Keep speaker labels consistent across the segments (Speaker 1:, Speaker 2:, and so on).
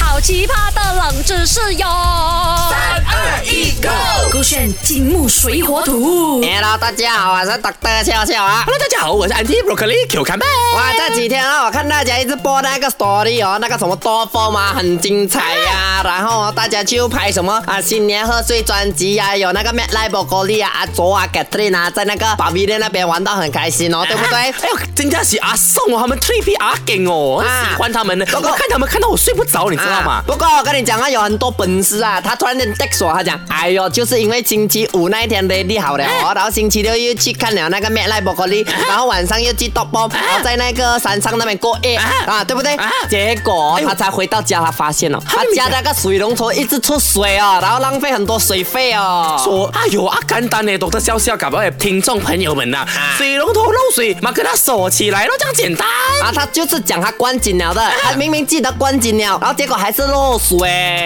Speaker 1: 好奇葩的冷知识哟！三
Speaker 2: 二一，Go！
Speaker 1: 勾选金木水火 土。
Speaker 2: Hello，大家好，我是 Dr. 笑笑啊。
Speaker 3: Hello，大家好，我是 Andy Broccoli Q 看妹。
Speaker 2: 哇，这几天啊，我看大家一直播那个 story 哦，那个什么多风啊，很精彩呀、然后哦大家就拍什么啊，新年贺岁专辑呀、有那个 Matt l i b o g o l i 啊、阿卓啊、Catherine 啊，在那个宝比店那边玩到很开心哦，对不对？
Speaker 3: 哎呦，真的是阿宋哦，他们退避阿给哦，
Speaker 2: 啊
Speaker 3: 喜欢他们的。
Speaker 2: 不
Speaker 3: 我
Speaker 2: 过
Speaker 3: 看他们看到我睡不着，你知道
Speaker 2: 啊
Speaker 3: 吗？
Speaker 2: 不过我跟你讲啊，有很多本事啊，他突然间 text 我，他讲，哎呦，就是因为星期五那一天 ready 好了
Speaker 3: 哎
Speaker 2: 哦，然后星期六又去看了那个 Mad Light Broccoli，然后晚上又去 Top Bomb，然后在那个山上那边过夜
Speaker 3: 啊
Speaker 2: 啊，对不对
Speaker 3: 啊？
Speaker 2: 结果
Speaker 3: 哎哎呦
Speaker 2: 他才回到家，他发现了哦他
Speaker 3: 他没有
Speaker 2: 家那个水龙头一直出水哦，然后浪费很多水费哦。
Speaker 3: 说，哎呦，阿甘丹呢，懂得笑笑，搞不好听众朋友们呐、啊水龙头漏水，嘛给它锁起来咯，这样简单。
Speaker 2: 啊，他就是讲他关紧了的，
Speaker 3: 哎
Speaker 2: 他明明记得关紧了，然后结果还是漏水。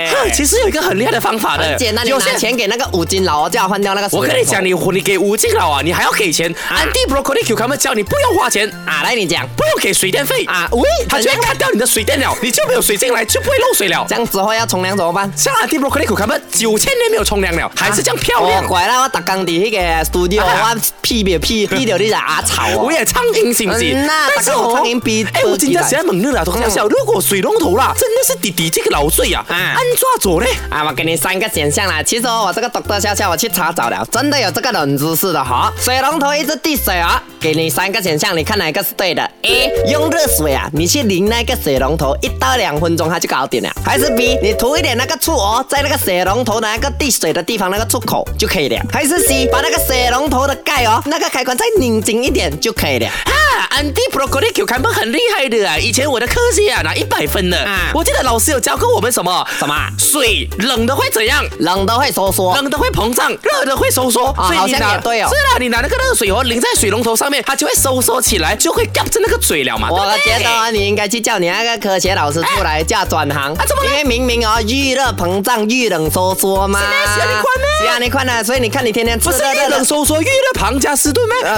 Speaker 3: 啊其实有一个很厉害的方法的，
Speaker 2: 哎很简单，你拿钱给那个五金佬哦，叫他换掉那个水
Speaker 3: 我
Speaker 2: 龙头。
Speaker 3: 跟你讲，你你给吴敬老啊，你还要给钱。Andy Broccoli Q 他们教你不用花钱，
Speaker 2: 啊，来你讲。
Speaker 3: 不用给水电费
Speaker 2: 啊
Speaker 3: 啊，
Speaker 2: 喂
Speaker 3: 他就
Speaker 2: 怎
Speaker 3: 会
Speaker 2: 样
Speaker 3: 砍掉你的水电了，你就没有水进来，就不会漏水了
Speaker 2: 这。样之后要冲凉怎么办？
Speaker 3: 像 Andy Broccoli Q 他们九千年没有冲凉
Speaker 2: 啊
Speaker 3: 了，还是这样漂亮
Speaker 2: 我。哦怪啦，我特工伫迄个 studio，
Speaker 3: 啊
Speaker 2: 我屁别屁屁到你只阿草哦。
Speaker 3: 我也苍蝇行不行？
Speaker 2: 嗯呐
Speaker 3: 但是
Speaker 2: 大哥
Speaker 3: 哦
Speaker 2: 我苍蝇比
Speaker 3: 哎，我今天喜欢猛热了，同学笑。如果水龙头啦，真的是弟弟这个老醉呀，
Speaker 2: 啊
Speaker 3: 安抓走嘞。
Speaker 2: 啊，我给你三个选项啦。其实哦我这个 Dr. 笑笑，我去查找了，真的有这个冷知识的哈、水龙头一直滴水啊、给你三个选项，你看哪一个是对的？A. 用热水啊，你去淋那个水龙头，一到两分钟它就搞定了。还是 B. 你涂一点那个醋哦，在那个水龙头的那个滴水的地方那个出口就可以了。还是 C. 把那个水龙头的盖哦，那个开关再拧紧一点就可以了。
Speaker 3: 啊，Andy Broccoli Q 看本很厉害的啊！以前我的科系啊拿一百分的
Speaker 2: 啊，
Speaker 3: 我记得老师有教过我们什么
Speaker 2: 什么啊
Speaker 3: 水冷的会怎样？
Speaker 2: 冷的会收缩。
Speaker 3: 冷的会膨胀，热的会收缩，
Speaker 2: 啊好像也对哦
Speaker 3: 是啦，你拿那个热水哦淋在水龙头上面，它就会收缩起来，就会夹着那个嘴了嘛。
Speaker 2: 我
Speaker 3: 对不对
Speaker 2: 觉得哦你应该去叫你那个科学老师出来叫转行，
Speaker 3: 啊怎么了
Speaker 2: 因为明明哦，预热膨胀，预冷收缩嘛。
Speaker 3: 是咩是啊你管咩
Speaker 2: 是啊，你管啊！所以你看你天天吃
Speaker 3: 不是
Speaker 2: 热
Speaker 3: 越
Speaker 2: 热
Speaker 3: 冷
Speaker 2: 的。
Speaker 3: 收缩，越热庞加斯顿吗？
Speaker 2: 啊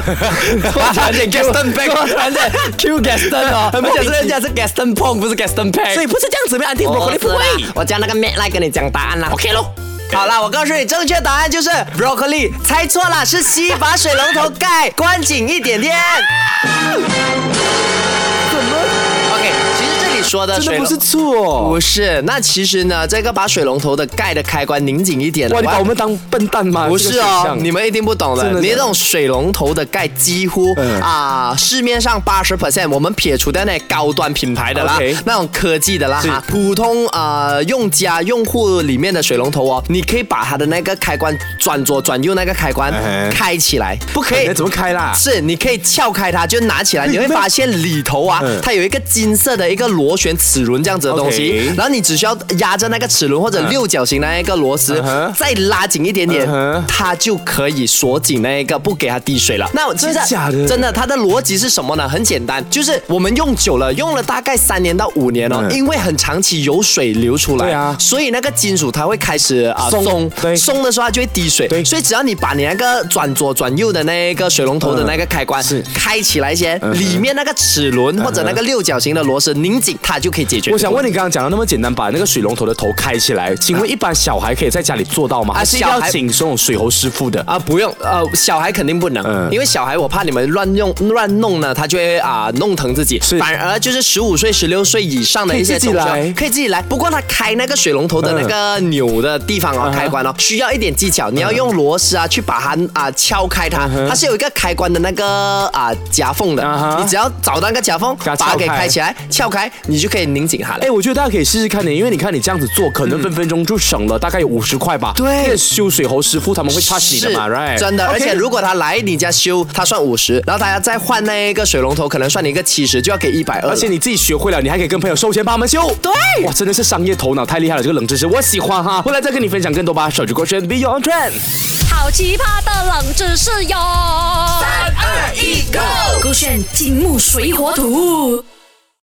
Speaker 2: Gaston Peck，Q Gaston 哦，
Speaker 3: 很莫
Speaker 2: 而且
Speaker 3: 名其
Speaker 2: 是
Speaker 3: 妙
Speaker 2: 人家是 Gaston Pong，不是 Gaston
Speaker 3: 啊
Speaker 2: 哦 Peck
Speaker 3: 所以。不是这样子呗，Andy
Speaker 2: 我
Speaker 3: Broccoli 不
Speaker 2: 知道
Speaker 3: 会。哦
Speaker 2: 我叫那个 Matt 来跟你讲答案啦。
Speaker 3: OK 咯。
Speaker 2: 好啦，我告诉你，正确答案就是 Broccoli，猜错了，是 C，把水龙头盖关紧一点点。OK，其实这里说的水龙
Speaker 3: 醋哦。
Speaker 2: 不是，那其实呢，这个把水龙头的盖的开关拧紧一点。
Speaker 3: 哇，你把我们当笨蛋吗？
Speaker 2: 不是
Speaker 3: 啊这个选
Speaker 2: 哦，
Speaker 3: 项
Speaker 2: 你们一定不懂的。
Speaker 3: 真的假的
Speaker 2: 你那种水龙头的盖几乎
Speaker 3: 嗯
Speaker 2: 啊、市面上八十 percent，我们撇除掉那高端品牌的啦
Speaker 3: OK
Speaker 2: 那种科技的啦
Speaker 3: 是
Speaker 2: 哈，普通呃用家用户里面的水龙头哦，你可以把它的那个开关转左转右那个开关
Speaker 3: 哎
Speaker 2: 开起来，不可以
Speaker 3: 哎怎么 开啦
Speaker 2: 是，你可以撬开它，就拿起来，你会发现里头啊
Speaker 3: 嗯，
Speaker 2: 它有一个金色的一个螺旋齿轮这样子的东西
Speaker 3: OK，
Speaker 2: 然后你只需要压着那个齿轮或者六角形那一个螺丝
Speaker 3: 嗯哼，
Speaker 2: 再拉紧一点点
Speaker 3: 嗯哼，
Speaker 2: 它就可以锁紧那一个，不给它滴水了。那我其实
Speaker 3: 真的假的
Speaker 2: 真的，它的逻辑是什么呢？很简单，就是我们用久了，用了大概三年到五年哦，
Speaker 3: 嗯
Speaker 2: 因为很长期有水流出来，
Speaker 3: 对啊
Speaker 2: 所以那个金属它会开始啊
Speaker 3: 松
Speaker 2: 松
Speaker 3: 对，
Speaker 2: 松的时候它就会滴水，
Speaker 3: 对
Speaker 2: 所以只要你把你那个转左转右的那个水龙头的那个开关
Speaker 3: 嗯是嗯
Speaker 2: 开起来先，里面那个齿轮或者那个六角形的螺丝拧紧，它就可以解决。
Speaker 3: 我想问你，刚刚讲的那么简单，把那个水龙头的头开起来，请问一般小孩可以在家里做到吗？
Speaker 2: 啊
Speaker 3: 还是一定
Speaker 2: 小
Speaker 3: 要
Speaker 2: 孩
Speaker 3: 请这种水喉师傅的？
Speaker 2: 啊，不用，呃，小孩肯定不能，
Speaker 3: 嗯
Speaker 2: 因为小孩我怕你们乱用乱弄呢，他就会啊、弄疼自己。
Speaker 3: 是
Speaker 2: 反而就是十五岁、十六岁以上的
Speaker 3: 可以
Speaker 2: 一些
Speaker 3: 自己
Speaker 2: 同学
Speaker 3: 来嗯
Speaker 2: 可以自己来。不过他开那个水龙头的那个钮的地方哦，
Speaker 3: 嗯哼
Speaker 2: 开关哦，需要一点技巧，你要用螺丝啊去把它啊、敲开它，它是有一个开关的那个啊、夹缝的
Speaker 3: 嗯哼
Speaker 2: 你只要找到那个夹缝，
Speaker 3: 它
Speaker 2: 把它
Speaker 3: 撬
Speaker 2: 给
Speaker 3: 开
Speaker 2: 开起来，撬开，你就可以拧紧它了
Speaker 3: 哎，。我觉得大家可以试试看的，因为你看你这样子做，可能分分钟就省了大概有五十块吧。
Speaker 2: 对
Speaker 3: 那个修水喉师傅他们会 touch 你的嘛
Speaker 2: 是
Speaker 3: ，right？
Speaker 2: 真的，而
Speaker 3: OK
Speaker 2: 且如果他来你家修，他算五十，然后他要再换那一个水龙头，可能算你一个七十，就要给一百二。
Speaker 3: 而且你自己学会了，你还可以跟朋友收钱帮他们修。
Speaker 2: 对
Speaker 3: 哇，真的是商业头脑太厉害了，这个冷知识我喜欢哈。回来再跟你分享更多吧。手机过圈 Be Your Trend。
Speaker 1: 好奇葩的冷知识哟！三二一，Go！勾选金木水火土。